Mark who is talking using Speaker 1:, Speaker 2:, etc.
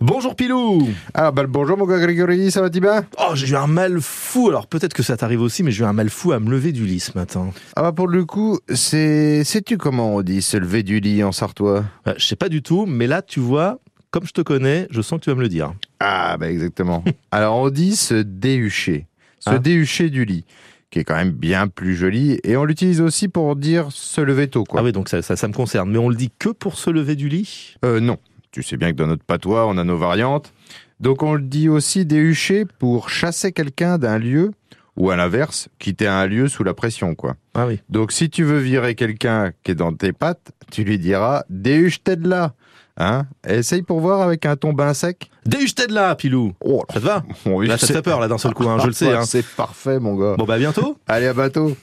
Speaker 1: Bonjour Pilou
Speaker 2: Ah bah le bonjour mon gars Grégory, ça va t'y bien
Speaker 1: Oh, j'ai eu un mal fou, alors peut-être que ça t'arrive aussi, mais j'ai eu un mal fou à me lever du lit ce matin.
Speaker 2: Ah bah pour le coup, c'est... Sais-tu comment on dit se lever du lit en sartois
Speaker 1: Euh, je sais pas du tout, mais là, tu vois, comme je te connais, je sens que tu vas me le dire.
Speaker 2: Ah bah exactement. Hein Alors on dit se déhucher. Se
Speaker 1: Ah.
Speaker 2: déhucher du lit, qui est quand même bien plus joli. Et on l'utilise aussi pour dire se lever tôt quoi.
Speaker 1: Ah oui, donc ça, ça, ça me concerne, mais on le dit que pour se lever du lit
Speaker 2: Euh non, tu sais bien que dans notre patois on a nos variantes. Donc on le dit aussi déhucher pour chasser quelqu'un d'un lieu ou à l'inverse, quitter un lieu sous la pression quoi.
Speaker 1: Ah oui.
Speaker 2: Donc, si tu veux virer quelqu'un qui est dans tes pattes, tu lui diras déhuche-t'es de là. Hein Essaye pour voir avec un ton bain sec.
Speaker 1: Déhuche-t'es de là, Pilou
Speaker 2: Oh
Speaker 1: Ça te va
Speaker 2: mon
Speaker 1: Là,
Speaker 2: vieux,
Speaker 1: ça te
Speaker 2: c'est-
Speaker 1: fait peur, là, d'un seul coup, hein, je le sais.
Speaker 2: Ouais,
Speaker 1: hein.
Speaker 2: C'est parfait, mon gars.
Speaker 1: Bon, bah à bientôt
Speaker 2: Allez, à bientôt.